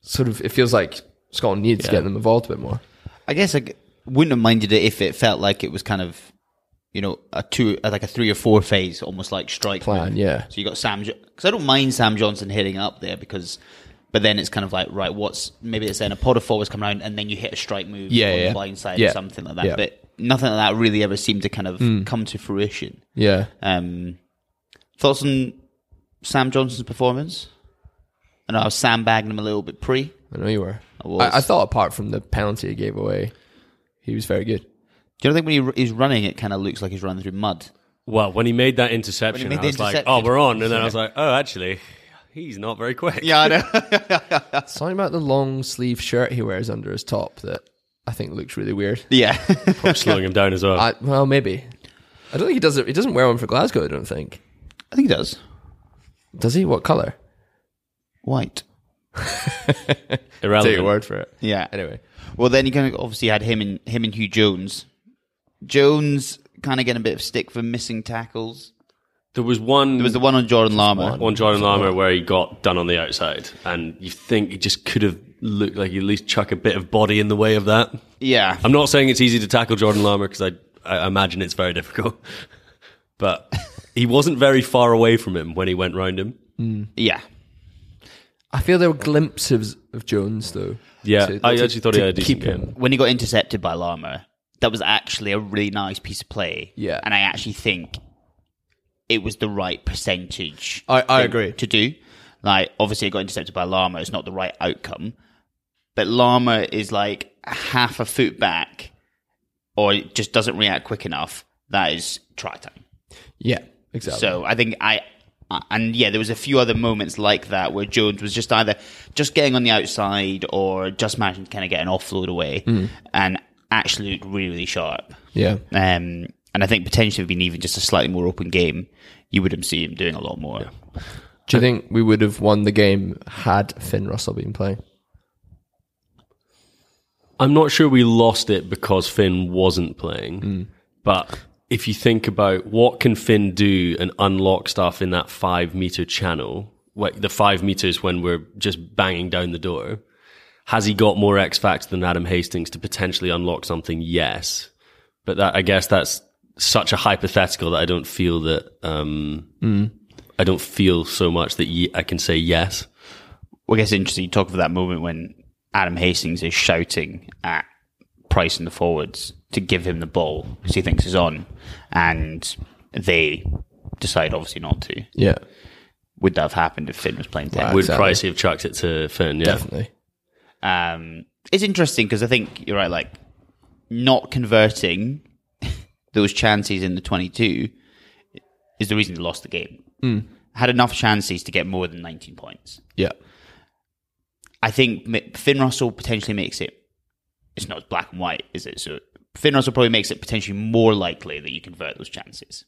E: Sort of, it feels like Scotland needs to get them involved a bit more.
D: I guess I g- wouldn't have minded it if it felt like it was kind of, you know, a two, uh, like a three or four phase, almost like strike
E: Plan,
D: move.
E: yeah.
D: So you got Sam, because I don't mind Sam Johnson hitting up there because, but then it's kind of like right, what's maybe it's then a pod of forwards come around and then you hit a strike move
E: Yeah,
D: on
E: yeah.
D: the blind side
E: Yeah.
D: or something like that.
E: Yeah. Hmm.
D: But nothing like that really ever seemed to kind of come to fruition.
E: Yeah,
D: Um, thoughts on Sam Johnson's performance? I know I was sandbagging him a little bit pre.
E: I know you were.
D: I
E: I,
D: was.
E: I thought apart from the penalty he gave away, he was very good.
D: Do you not think when he, he's running, it kind of looks like he's running through mud?
C: Well, when he made that interception,
D: made
C: I
D: the
C: was like,
D: interception.
C: oh, we're on. And then I was like, oh, actually, he's not very quick.
D: Yeah, I know.
E: Something about the long sleeve shirt he wears under his top that I think looks really weird.
D: Yeah.
C: Probably slowing him down as well.
E: I, well, maybe. I don't think he does it. He doesn't wear one for Glasgow. I don't think.
D: I think he does.
E: Does he? What color?
D: White.
C: Irrelevant.
E: for it.
D: Yeah.
E: Anyway.
D: Well, then you kind of obviously had him and him and Hugh Jones. Jones kind of getting a bit of stick for missing tackles.
C: There was one.
D: There was the one on Jordan Lama.
C: on Jordan Lama where he got done on the outside, and you think he just could have looked like you at least chuck a bit of body in the way of that.
D: Yeah.
C: I'm not saying it's easy to tackle Jordan Lama because I, I imagine it's very difficult, but he wasn't very far away from him when he went round him.
D: Yeah.
E: I feel there were glimpses of Jones though.
C: Yeah,
E: To-
C: I
E: to-
C: actually thought he
E: to
C: had a decent
E: keep
C: game.
E: him.
D: when he got intercepted by Lama, that was actually a really nice piece of play.
E: Yeah.
D: And I actually think it was the right percentage.
E: I- I
D: thing
E: agree.
D: To do. Like, obviously, it got intercepted by Lama. It's not the right outcome. But Lama is like half a foot back or it just doesn't react quick enough. That is try time.
E: Yeah, exactly.
D: So I think I. I- And yeah, there was a few other moments like that where Jones was just either just getting on the outside or just managing to kind of get an offload away, and actually looked really, really sharp.
E: yeah,
D: Um, and I think potentially if it'd been even just a slightly more open game, you would have seen him doing a lot more.
E: do you think we would have won the game had Finn Russell been playing?
C: I'm not sure we lost it because Finn wasn't playing,
E: Mm.
C: but if you think about what can Finn do and unlock stuff in that five meter channel, like the five meters when we're just banging down the door, has he got more X factor than Adam Hastings to potentially unlock something? Yes, but that I guess that's such a hypothetical that I don't feel that um,
E: Mm.
C: I don't feel so much that ye- I can say yes.
D: Well, I guess interesting. You talk of that moment when Adam Hastings is shouting at Price and the forwards to give him the ball because he thinks is on, and they decide obviously not to.
E: Yeah,
D: would that have happened if Finn was playing ten?
C: Would
E: Exactly.
C: Pricey have chucked it to Finn? Yeah.
E: definitely.
D: Um, it's interesting because I think you're right. Like not converting those chances in the 22 is the reason they lost the game.
C: Hmm.
D: Had enough chances to get more than 19 points.
E: Yeah,
D: I think m- Finn Russell potentially makes it. It's not as black and white, is it? So Finn Russell probably makes it potentially more likely that you convert those chances.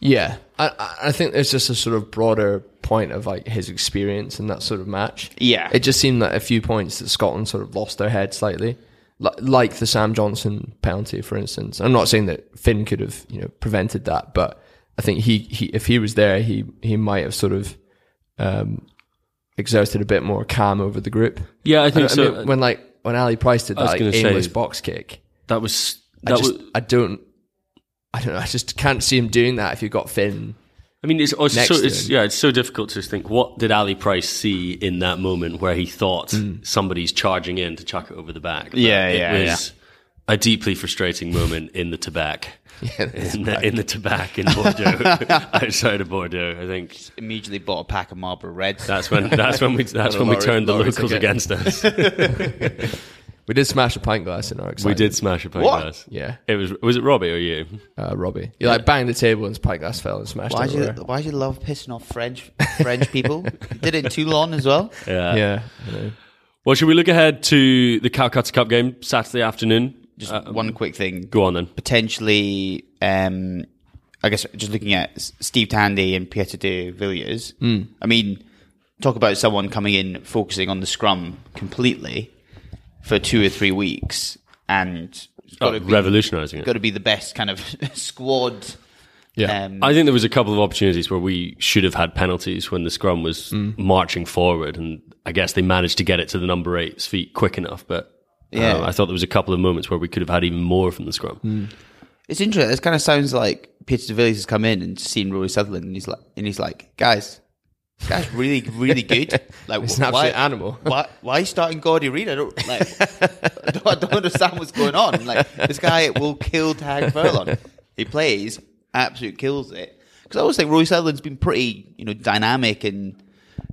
E: yeah. I- I, I think there's just a sort of broader point of like his experience in that sort of match.
D: Yeah.
E: it just seemed like a few points that Scotland sort of lost their head slightly, Li- like the Sam Johnson penalty, for instance. I'm not saying that Finn could have you know prevented that, but I think he, he if he was there, he he might have sort of um, exerted a bit more calm over the group.
C: Yeah, I think
E: I
C: so.
E: mean, when like when Ali Price did
C: I was
E: that like,
C: gonna say-
E: aimless box kick,
C: that was
E: I
C: that
E: just
C: was.
E: I don't I don't know. I just can't see him doing that if you've got Finn.
C: I mean, it's, oh, it's
E: Next
C: so
E: to
C: it's,
E: him.
C: yeah, it's so difficult to just think. What did Ali Price see in that moment where he thought
E: Hmm.
C: somebody's charging in to chuck it over the back? But
D: Yeah,
C: it
D: yeah,
C: was a deeply frustrating moment in the tobacco. in, the, in the tobacco in Bordeaux, outside of Bordeaux, I think
D: Immediately bought a pack of Marlboro Reds.
C: that's when that's when we that's when we
E: Lorry-
C: turned the
E: lorries
C: locals
E: again.
C: against us.
E: We did smash a pint glass in our
C: we
E: excitement.
C: did smash a pint
D: What?
C: glass.
E: Yeah.
C: it was was it Robbie or you?
E: uh, Robbie. You like banged the table and his pint glass fell and smashed
D: why do you
E: everywhere.
D: why do you love pissing off French French people? Did it in Toulon as well.
C: Uh,
E: yeah, I know.
C: Well, should we look ahead to the Calcutta Cup game Saturday afternoon?
D: Just one quick thing.
C: um, Go on then.
D: potentially, um, I guess just looking at S- Steve Tandy and Pieter de Villiers, I mean, talk about someone coming in focusing on the scrum completely for two or three weeks and
C: Oh, revolutionising it.
D: got to be the best kind of squad.
E: yeah.
D: Um,
C: I think there was a couple of opportunities where we should have had penalties when the scrum was
D: Mm.
C: marching forward, and I guess they managed to get it to the number eight's feet quick enough. But yeah,
D: Yeah. Mm.
C: I thought there was a couple of moments where we could have had even more from the scrum.
D: It's interesting. It kind of sounds like Peter de Villiers has come in and seen Rory Sutherland, and he's like, and he's like, guys, this guy's really, really good. Like,
E: He's an
D: wh- why,
E: absolute animal."
D: Why, why are you starting Gordy Reid? I don't like. I don't, I don't understand what's going on. Like, this guy will kill Tag Furlong. He plays, absolute kills it. Because I always think Rory Sutherland's been pretty, you know, dynamic and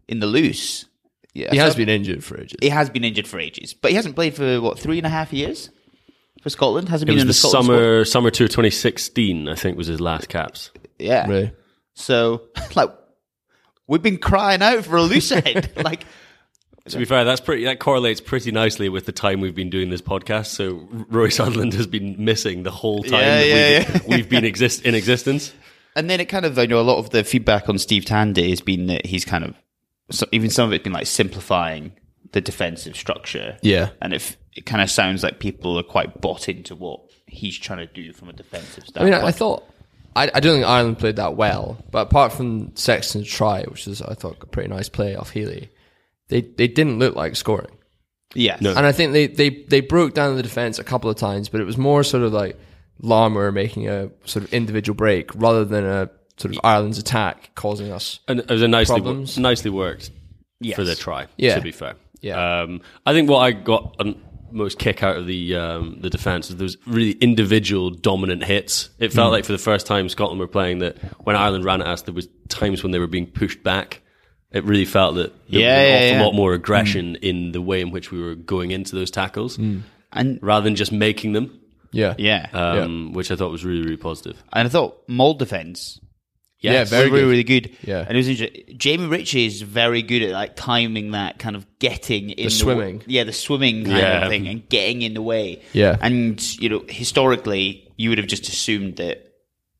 D: in the loose. Yeah,
E: he
D: so-
E: has been injured for ages.
D: He has been injured for ages, but he hasn't played for what three and a half years for Scotland. Hasn't
C: It
D: been
C: was
D: in
C: the
D: the Scotland squad.
C: summer summer tour 2016, I think, was his last caps.
D: Yeah,
E: Really.
D: So, like, we've been crying out for a loose end. like,
C: To be fair, that's pretty that correlates pretty nicely with the time we've been doing this podcast. So Roy Sutherland has been missing the whole time
D: Yeah,
C: that
D: yeah,
C: we've, we've been exist in existence.
D: and then it kind of, I know a lot of the feedback on Steve Tandy has been that he's kind of, so even some of it's been like simplifying the defensive structure.
E: Yeah.
D: And if it kind of sounds like people are quite bought into what he's trying to do from a defensive
E: I mean,
D: standpoint.
E: I, I thought I, I don't think Ireland played that well, but apart from Sexton's try, which is I thought a pretty nice play off Healy, they they didn't look like scoring.
D: yes.
E: And I think they, they, they broke down the defense a couple of times, but it was more sort of like Larmer making a sort of individual break rather than a sort of Ireland's attack causing us.
C: And it was a nicely
E: Problems?
C: nicely worked
D: Yes.
C: for the try.
E: Yeah.
C: to be fair.
E: Yeah.
C: um, I think what I got um, most kick out of the um, the defense is those really individual dominant hits. It
D: Hmm.
C: felt like for the first time Scotland were playing that when Ireland ran at us, there was times when they were being pushed back. It really felt that there was
D: Yeah,
C: an
D: yeah,
C: awful
D: yeah. Hmm.
C: lot more aggression in the way in which we were going into those tackles
D: Hmm. And
C: rather than just making them,
E: Yeah.
D: yeah,
C: um, which I thought was really really positive.
D: and I thought Mole defense
E: Yeah,
C: Yes.
E: very
D: really,
E: good.
D: really good.
E: Yeah.
D: and it was interesting. Jamie Ritchie is very good at like timing that kind of getting in the, w-
E: swimming.
D: yeah, the swimming kind
C: Yeah.
D: of thing and getting in the way.
E: Yeah.
D: and you know, historically, you would have just assumed that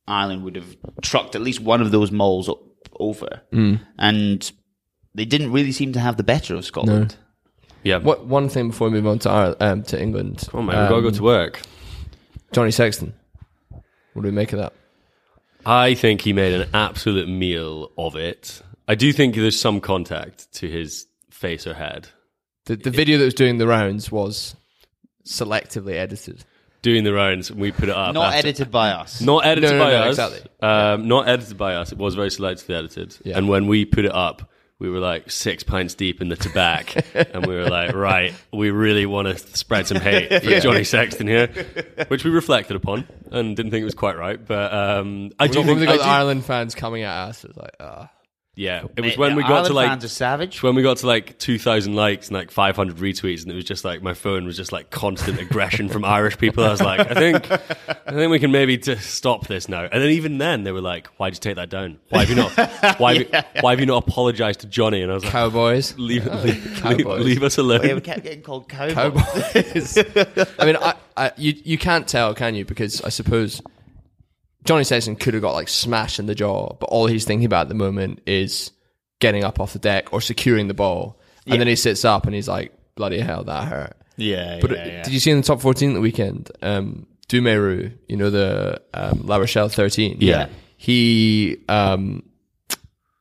D: Ireland would have trucked at least one of those moles o- over,
E: Mm.
D: and they didn't really seem to have the better of Scotland.
C: yeah.
E: What one thing before we move on to Ireland, um, to England? Um,
C: Come on, man, we gotta go to work.
E: Johnny Sexton. What do we make of that?
C: I think he made an absolute meal of it. I do think there's some contact to his face or head.
E: The, the video that was doing the rounds was selectively edited.
C: Doing the rounds, we put it up.
D: Not
C: after-
D: edited by us.
C: Not edited
E: No, no,
C: by
E: no,
C: us.
E: exactly.
C: Um, Not edited by us. It was very selectively edited.
E: Yeah.
C: And when we put it up, we were like six pints deep in the tobacco, and we were like, right, we really want to spread some hate for Johnny Sexton here, which we reflected upon and didn't think it was quite right. But um, I do
E: When
C: think
E: we got
C: I
E: the
C: do-
E: Ireland fans coming at us, it's like, ah.
C: Yeah, it was when we got to
D: Ireland
C: like
D: fans are savage.
C: when we got to like 2000 likes and like 500 retweets and it was just like my phone was just like constant aggression from irish people i was like i think i think we can maybe just stop this now and then even then they were like why'd you take that down why have you not why, have, you, why have you not apologized to johnny and i was like
E: Cowboys.
C: leave, leave, leave,
E: Cowboys.
C: leave us alone
D: Yeah, we kept getting called cowboys.
E: Cowboys. I mean, I, I, you you can't tell, can you? Because I suppose Johnny Sexton could have got like smashed in the jaw, but all he's thinking about at the moment is getting up off the deck or securing the ball, and then he sits up and he's like, "Bloody hell, that hurt."
D: Yeah,
E: But
D: yeah,
E: it-
D: yeah.
E: did you see in the top fourteen at the weekend? Um, Dumeru, you know the um, La Rochelle thirteen.
C: Yeah.
E: he um,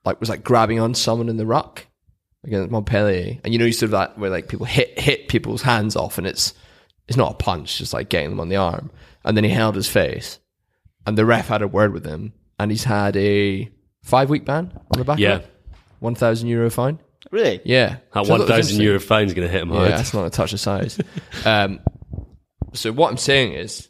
E: like was like grabbing on someone in the ruck against Montpellier, and you know you sort of that where like people hit hit people's hands off, and it's it's not a punch, it's just like getting them on the arm, and then he held his face, and the ref had a word with him, and he's had a five week ban on the back.
C: Yeah.
E: of one thousand euro fine.
D: Really?
E: Yeah,
C: that
E: So I thought it was
C: 1000
E: interesting.
C: euro fine's going to hit him hard
E: Yeah, that's not a touch of size. um, so what I'm saying is,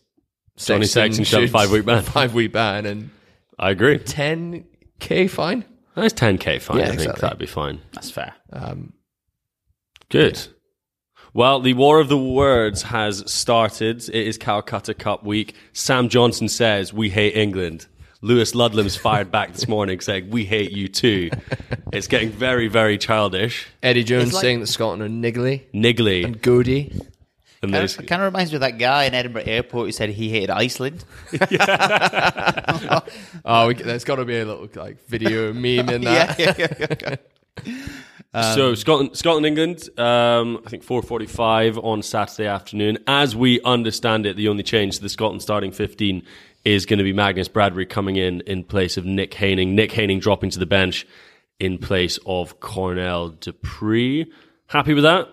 C: Johnny Sexton should have
E: should-
C: five week ban.
E: five week ban, and
C: i agree
E: ten k fine.
C: that's 10k fine
E: Yeah,
C: i think
E: exactly.
C: that'd be fine
D: That's fair.
E: Uh-huh.
C: Good. Well, the War of the Words has started. It is Calcutta Cup week. Sam Johnson says, We hate England. Lewis Ludlam's fired back this morning saying, We hate you too. It's getting very, very childish.
E: Eddie Jones
D: like-
E: saying that Scotland are niggly
C: Niggly.
E: and goody.
C: And
D: Kind
C: there's-
D: of, kind of reminds me of that guy in Edinburgh Airport who said he hated Iceland.
E: Oh, we, there's got to be a little like video meme in that.
D: yeah, yeah, yeah.
C: so Scotland, Scotland, England. Um, I think 4:45 on Saturday afternoon. As we understand it, the only change to the Scotland starting 15 is going to be Magnus Bradbury coming in in place of Nick Haining. Nick Haining dropping to the bench in place of Cornell Dupree. Happy with that?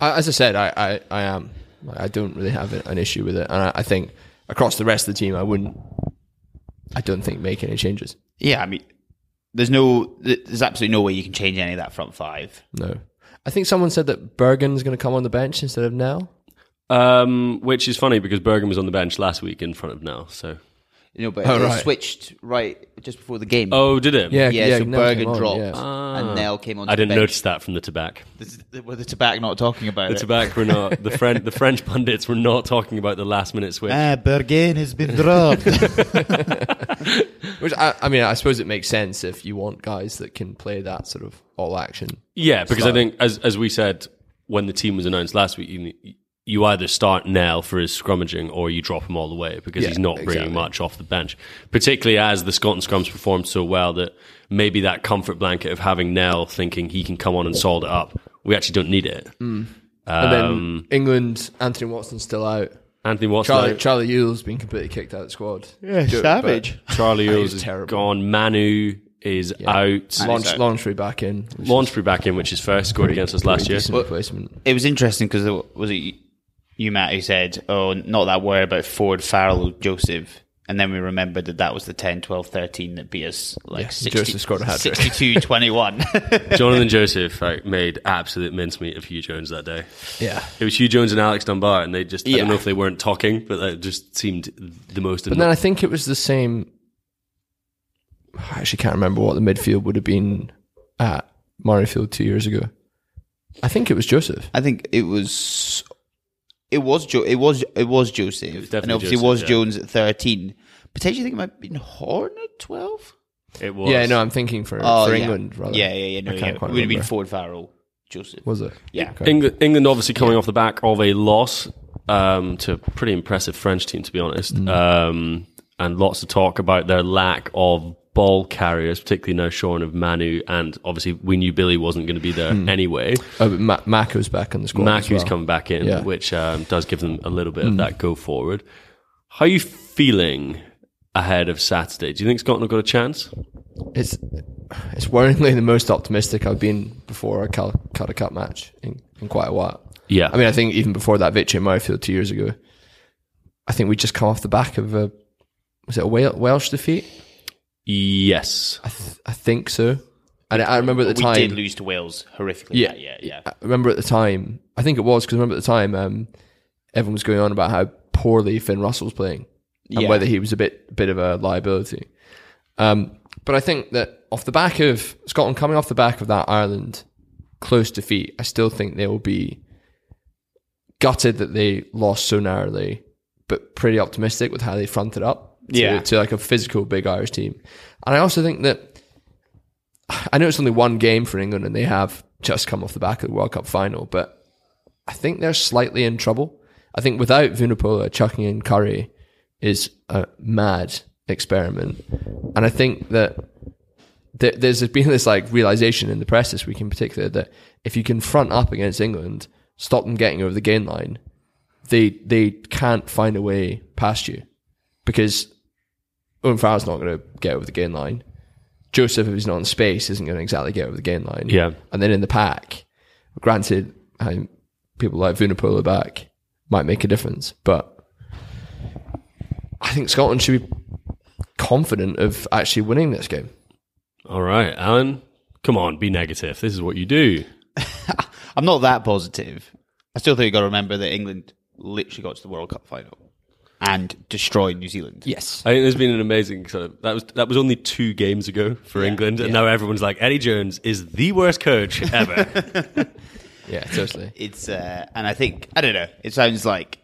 E: I, as I said, I, I, I am. Like, I don't really have an issue with it, and I, I think across the rest of the team, I wouldn't. I don't think make any changes.
D: I mean, there's no, there's absolutely no way you can change any of that front five.
E: No, I think someone said that Bergen's going to come on the bench instead of now.
C: Um, which is funny because Bergen was on the bench last week in front of now. So
D: You know, but
E: Oh,
D: they
E: right.
D: switched right just before the game.
C: oh, did it?
E: Yeah,
D: yeah,
E: yeah,
D: so
E: Nels
D: Bergen
E: came on,
D: dropped
E: yeah. Ah.
D: and Nell came on.
C: I didn't
D: the bench.
C: notice that from the tobacco.
D: The, the, the tobacco not talking about
C: The
D: it.
C: tobacco were not the French. The French pundits were not talking about the last minute switch.
D: Ah, Bergen has been dropped.
E: Which I, I mean, I suppose it makes sense if you want guys that can play that sort of all action.
C: Yeah, because I
E: style.
C: think as as we said when the team was announced last week, you, you either start Nell for his scrummaging or you drop him all the way because
E: Yeah,
C: he's not
E: exactly.
C: bringing much off the bench. Particularly as the Scotland scrums performed so well that maybe that comfort blanket of having Nell thinking he can come on and solve it up, we actually don't need it.
E: And
D: Um,
E: then England, Anthony Watson's still out.
C: Anthony Watson,
E: Charlie
C: Charlie,
E: Charlie Yule's been completely kicked out of the squad.
D: Yeah,
E: Do it,
D: savage.
E: but
C: Charlie
E: He's
C: Earls is
E: terrible.
C: gone. Manu is out.
E: Launch,
D: out.
E: Launchbury back in. which is
C: Launchbury back in, which is first scored against us last
E: pretty
C: year.
E: decent Replacement.
D: it was interesting because was it you, Matt, who said, "Oh, not that worried about Ford, Farrell, or Joseph," And then we remembered that that was the 10, 12, 13 that beat us like
E: Yeah,
D: 60,
E: Joseph scored a hat-trick.
D: 62, 21.
C: Jonathan Joseph like, made absolute mincemeat of Hugh Jones that day.
E: Yeah.
C: It was Hugh Jones and Alex Dunbar, and they just, I
D: Yeah.
C: don't know if they weren't talking, but that just seemed the most.
E: But then I think it was the same. I actually can't remember what the midfield would have been at Murrayfield two years ago. I think it was Joseph.
D: I think it was it was jo- it was it was Joseph, and
C: definitely
D: obviously
C: Joseph,
D: it was
C: yeah.
D: Jones at thirteen. Potentially, I think it might have been Horn at twelve Oh,
C: it was.
E: Yeah, no, I'm thinking for, for England
D: Yeah.
E: rather.
D: Yeah, yeah, yeah. No,
E: I can't
D: yeah.
E: quite
D: it would have been
E: remember.
D: Ford Farrell, Joseph.
E: Was it?
D: Yeah.
C: England, England obviously coming off the back of a loss um, to a pretty impressive French team, to be honest.
E: Mm.
C: Um, and lots of talk about their lack of ball carriers, particularly now shorn of Manu. And obviously, we knew Billy wasn't going to be there anyway.
E: Oh, but Ma- Mako's back in the squad. as
C: Maku's
E: well.
C: coming back in,
E: Yeah. Mm.
C: which um, does give them a little bit of that go forward. How are you feeling ahead of Saturday? Do you think Scotland have got a chance?
E: It's it's worryingly the most optimistic I've been before a Calcutta Cup match in, in quite a while.
C: Yeah.
E: I mean, I think even before that victory at Murrayfield two years ago, I think we just come off the back of a was it a Wel- Welsh defeat?
C: Yes.
E: I, th- I think so. And I remember at the
D: we
E: time
D: did lose to Wales horrifically. Yeah, yeah, yeah.
E: I remember at the time, I think it was because I remember at the time, um, everyone was going on about how poorly Finn Russell's playing and
D: Yeah.
E: whether he was a bit bit of a liability. Um, but I think that off the back of Scotland coming off the back of that Ireland close defeat, I still think they will be gutted that they lost so narrowly, but pretty optimistic with how they fronted up to,
D: Yeah.
E: to like a physical big Irish team. And I also think that I know it's only one game for England and they have just come off the back of the World Cup final, but I think they're slightly in trouble. I think without Vunipola chucking in Curry is a mad experiment. And I think that there, there's been this like realization in the press this week in particular that if you can front up against England, stop them getting over the gain line, they they can't find a way past you because Owen Farrell's not going to get over the gain line. Joseph, if he's not in space, isn't going to exactly get over the gain line.
C: Yeah.
E: and then in the pack, granted, I, people like Vunipola back might make a difference, but I think Scotland should be confident of actually winning this game.
C: All right, Alan. Come on, be negative. This is what you do.
D: I'm not that positive. I still think you got to remember that England literally got to the World Cup final and destroyed New Zealand.
E: Yes.
C: I think there's been an amazing sort of that was that was only two games ago for England, and now everyone's like Eddie Jones is the worst coach ever.
E: Yeah, totally.
D: it's uh, and I think I don't know. It sounds like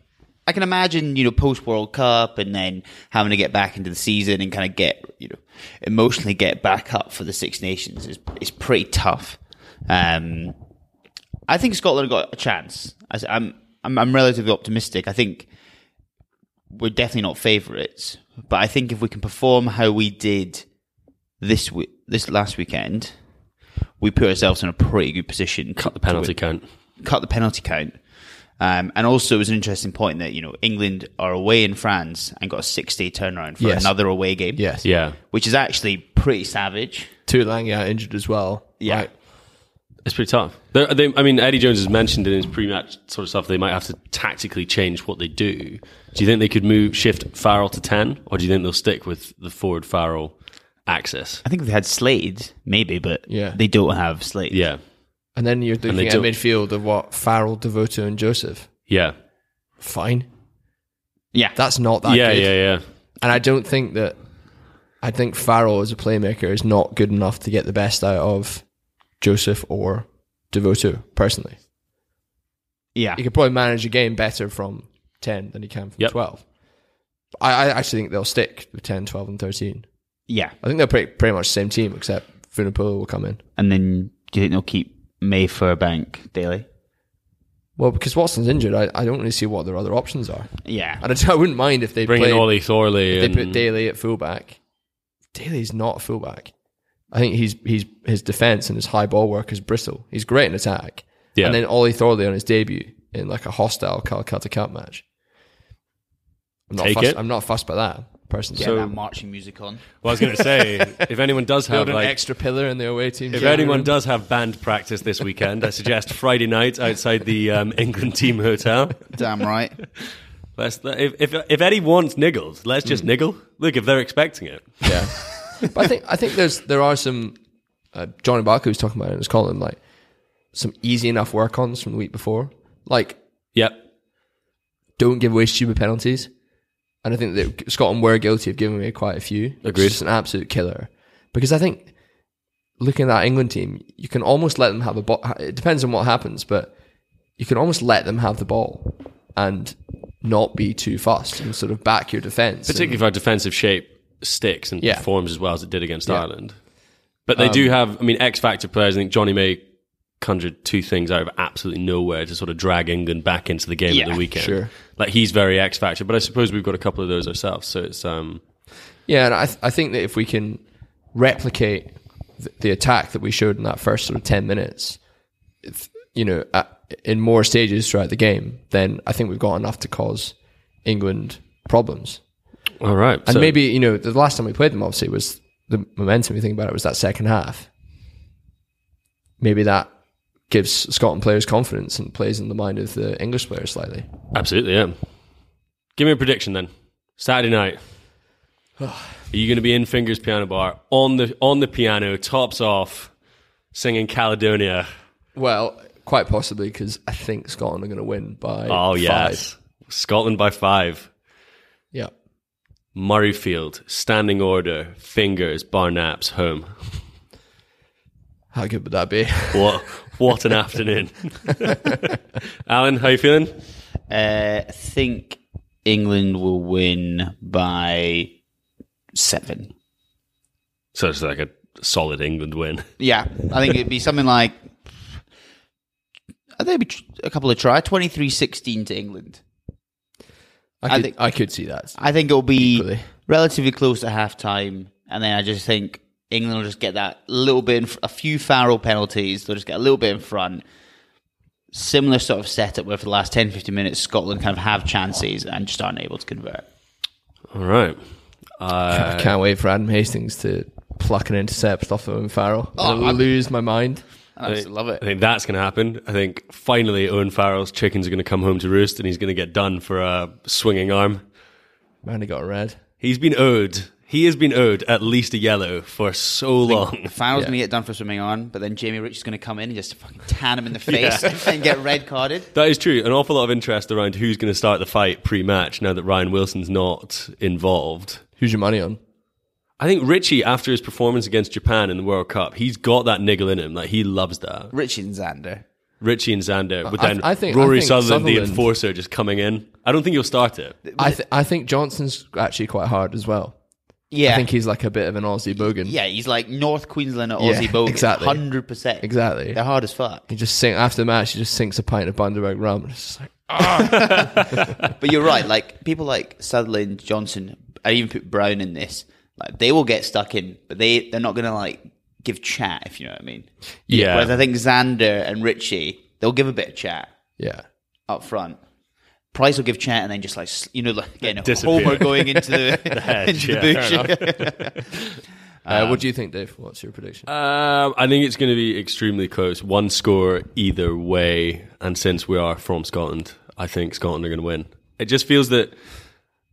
D: I can imagine you know post World Cup and then having to get back into the season and kind of get you know emotionally get back up for the Six Nations is is pretty tough. Um, I think Scotland got a chance. I, am I'm I'm relatively optimistic. I think we're definitely not favourites, but I think if we can perform how we did this week, this last weekend, we put ourselves in a pretty good position.
C: Cut the penalty count.
D: cut the penalty count. Um, and also, it was an interesting point that you know England are away in France and got a six-day turnaround for
E: Yes.
D: another away game.
E: Yes.
C: Yeah,
D: which is actually pretty savage.
E: Tulang out injured as well.
D: Yeah.
E: Right.
C: it's pretty tough. They, they, I mean, Eddie Jones has mentioned in his pre-match sort of stuff they might have to tactically change what they do. Do you think they could move shift Farrell to ten, or do you think they'll stick with the forward Farrell axis?
D: I think if they had Slade, maybe, but
E: Yeah.
D: they don't have Slade.
C: Yeah,
E: And then you're
C: they
E: looking at
C: don't-
E: midfield of what Farrell, Devoto, and Joseph.
C: yeah,
E: Fine.
D: yeah,
E: That's not that
C: yeah,
E: good.
C: yeah, yeah.
E: And I don't think that. I think Farrell as a playmaker is not good enough to get the best out of Joseph or Devoto personally.
D: yeah.
E: He could probably manage a game better from 10 than he can from
C: Yep.
E: 12. I, I actually think they'll stick with 10, 12, and 13.
D: yeah.
E: I think they're pretty, pretty much the same team, except Vunipola will come in.
D: And then do you think they'll keep May for a bank daily?
E: Well, because Watson's injured, I, I don't really see what their other options are.
D: Yeah,
E: And I, I wouldn't mind if they
C: Bring in
E: played,
C: Ollie Thorley.
E: if they put
C: and-
E: Daly at fullback. Daly's not a fullback. I think he's he's his defense and his high ball work is bristle. He's great in attack.
C: Yeah.
E: And then Ollie Thorley on his debut in like a hostile Calcutta Cup match. I'm not
C: Take
E: fussed,
C: it.
E: I'm not fussed by that personally.
D: get
E: So
D: that marching music on.
C: Well, I was going to say, if anyone does have
E: build an
C: like
E: extra pillar in the away team.
C: If anyone does have band practice this weekend, I suggest Friday night outside the um, England team hotel.
D: Damn right.
C: Let's, if, if, if Eddie wants niggles, let's just
E: Hmm.
C: niggle. Look, if they're expecting it.
E: Yeah, but I think I think there's there are some uh, Johnny Barker was talking about it in his column like some easy enough work ons from the week before. Like
C: Yep.
E: don't give away stupid penalties, and I think that Scotland were guilty of giving away quite a few.
C: Agreed.
E: It's just an absolute killer because I think looking at that England team, you can almost let them have a ball. It depends on what happens, but you can almost let them have the ball and not be too fussed and sort of back your defence.
C: Particularly if our defensive shape sticks and
E: Yeah. Um,
C: performs as well as it did against Ireland. But they do have, I mean, X Factor players. I think Johnny May conjured two things out of absolutely nowhere to sort of drag England back into the game at
D: Yeah,
C: the weekend.
E: sure.
C: Like he's very X Factor, but I suppose we've got a couple of those ourselves. So it's, um,
E: Yeah, and I, th- I think that if we can replicate th- the attack that we showed in that first sort of 10 minutes, if, you know, at, in more stages throughout the game, then I think we've got enough to cause England problems.
C: all right.
E: And
C: so-
E: maybe, you know, the last time we played them, obviously, was the momentum you think about it was that second half. Maybe that gives Scotland players confidence and plays in the mind of the English players slightly.
C: Absolutely, yeah. Give me a prediction then. Saturday night. Are you going to be in Fingers Piano Bar on the on the piano, tops off, singing Caledonia?
E: Well, quite possibly because I think Scotland are going to win by
C: Oh
E: five.
C: yes, Scotland by five.
E: Yeah.
C: Murrayfield, standing order, Fingers, Barnaps, home.
E: How good would that be?
C: What what an afternoon, Alan? How you feeling?
D: Uh, I think England will win by seven.
C: So it's like a solid England win.
D: Yeah, I think it'd be something like. I think it'd be tr- a couple of try 23-16 to England.
E: I
D: I
E: could, I,
D: think- Uh,
E: could see that.
D: I think it'll be
E: Equally.
D: relatively close to half time, and then I just think England will just get that little bit, in, fr- a few Farrell penalties. They'll just get a little bit in front. Similar sort of setup where for the last 10, 15 minutes, Scotland kind of have chances and just aren't able to convert.
C: All right. Uh,
E: I can't wait for Adam Hastings to pluck an intercept off of him, Farrell.
D: Oh,
E: I'll lose my mind.
D: I just love
C: I
D: it.
C: think that's going to happen. I think finally Owen Farrell's chickens are going to come home to roost and he's going to get done for a swinging arm.
E: Man, he got a red.
C: He's been owed. He has been owed at least a yellow for so long.
D: Farrell's going to get done for swimming on, but then Jamie Rich is going to come in and just fucking tan him in the face and get red carded.
C: That is true. An awful lot of interest around who's going to start the fight pre-match now that Ryan Wilson's not involved.
E: Who's your money on?
C: I think Richie, after his performance against Japan in the World Cup, he's got that niggle in him. Like he loves that.
D: Richie and Xander.
C: Richie and Zander, but
E: I-
C: then
E: I think- I
C: Rory
E: think
C: Sutherland, the
E: Sutherland-
C: enforcer, just coming in. I don't think he'll start it.
E: I, th- I think Johnson's actually quite hard as well.
D: Yeah.
E: I think he's like a bit of an Aussie bogan.
D: yeah, he's like North Queensland at
E: Yeah,
D: Aussie Bowl.
E: exactly.
D: 100%.
E: Exactly.
D: They're hard as fuck.
E: He just sink after the match. He just sinks a pint of Bundaberg rum. It's just like
D: But you're right. Like people like Sutherland, Johnson, I even put Brown in this. Like they will get stuck in, but they they're not gonna like give chat if you know what I mean.
C: Yeah.
D: Whereas I think Xander and Richie, they'll give a bit of chat
E: yeah,
D: up front. Price will give chat and then just like s- you know like again
C: Disappear.
D: Homer going into the, into
C: yeah,
D: the bush.
E: uh,
D: Um,
E: what do you think, Dave? What's your prediction?
D: uh,
C: Um, I think it's going to be extremely close. One score either way. And since we are from Scotland, I think Scotland are going to win. It just feels that,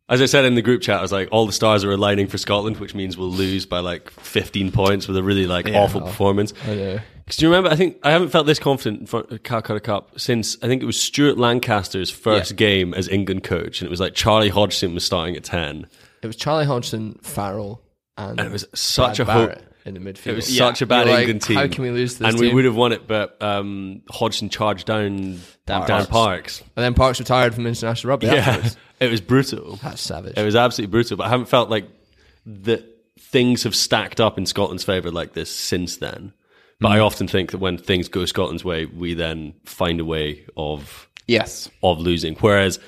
C: as I said in the group chat, I was like, all the stars are aligning for Scotland, which means we'll lose by like 15 points with a really like awful performance.
E: know.
C: Because do you remember? I think I haven't felt this confident in front of Calcutta Cup since I think it was Stuart Lancaster's first game as England coach, and it was like Charlie Hodgson was starting at 10.
E: it was Charlie Hodgson, Farrell, and,
C: And it was such
E: Brad
C: a ho-
E: Barrett in the midfield.
C: It was such a bad
E: You're like,
C: England team.
E: How can we lose this?
C: And we
E: team?
C: would have won it, but um, Hodgson charged down Dan,
D: Dan
C: Parks.
D: Parks.
E: And then Parks retired from international rugby.
C: Yeah,
E: Afterwards.
C: it was brutal.
E: That's savage.
C: It was absolutely brutal. But I haven't felt like that things have stacked up in Scotland's favour like this since then. But
E: Mm.
C: I often think that when things go Scotland's way, we then find a way of
D: yes.
C: of losing. Whereas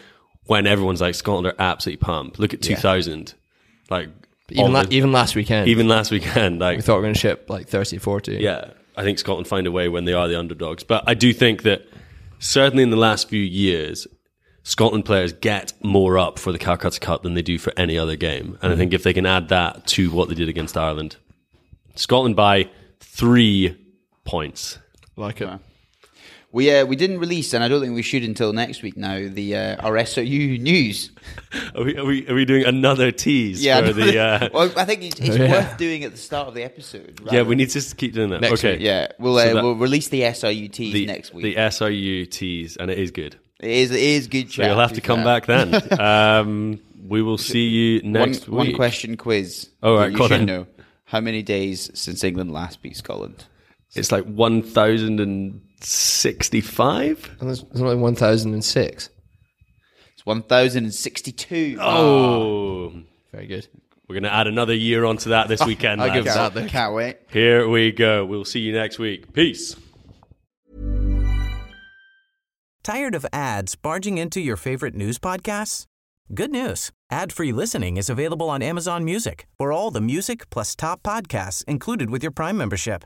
C: when everyone's like Scotland are absolutely pumped. Look at two thousand, like all
E: even, la-
C: the-
E: even last weekend,
C: even last weekend, like
E: we thought we were going to ship like 30, 40.
C: yeah, I think Scotland find a way when they are the underdogs. But I do think that certainly in the last few years, Scotland players get more up for the Calcutta Cup than they do for any other game. And I think if they can add that to what they did against Ireland, Scotland by three points.
E: like it.
D: We uh, we didn't release, and I don't think we should until next week. Now the uh, RSOU news.
C: Are we, are we, are we doing another tease
D: Yeah,
C: for the? Uh,
D: well, I think it's, it's
E: Yeah.
D: worth doing at the start of the episode.
C: yeah,
D: rather
C: we need to just keep doing that.
D: Next
C: okay,
D: week, yeah, we'll uh,
C: that-
D: we'll release the SIU teas
C: The,
D: next week.
C: the SIU tease, and it is good.
D: it is it is good.
C: So
D: chat,
C: you'll have
D: be
C: to come
D: fair.
C: back then. um, we will see you
D: One,
C: next
D: one
C: week.
D: question quiz.
C: All right,
D: that you
C: go on
D: should
C: then.
D: know. How many days since England last beat Scotland?
C: It's like one thousand and sixty-five.
E: And There's there's only 1,006.
D: It's one thousand and sixty-two.
E: Ah.
C: Oh,
E: Very good.
C: we're gonna add another year onto that this weekend.
E: I'll give
C: lads.
E: that the-
D: can't wait.
C: Here we go. We'll see you next week. Peace.
I: Tired of ads barging into your favorite news podcasts? Good news. Ad-free listening is available on Amazon Music. For all the music plus top podcasts included with your Prime membership.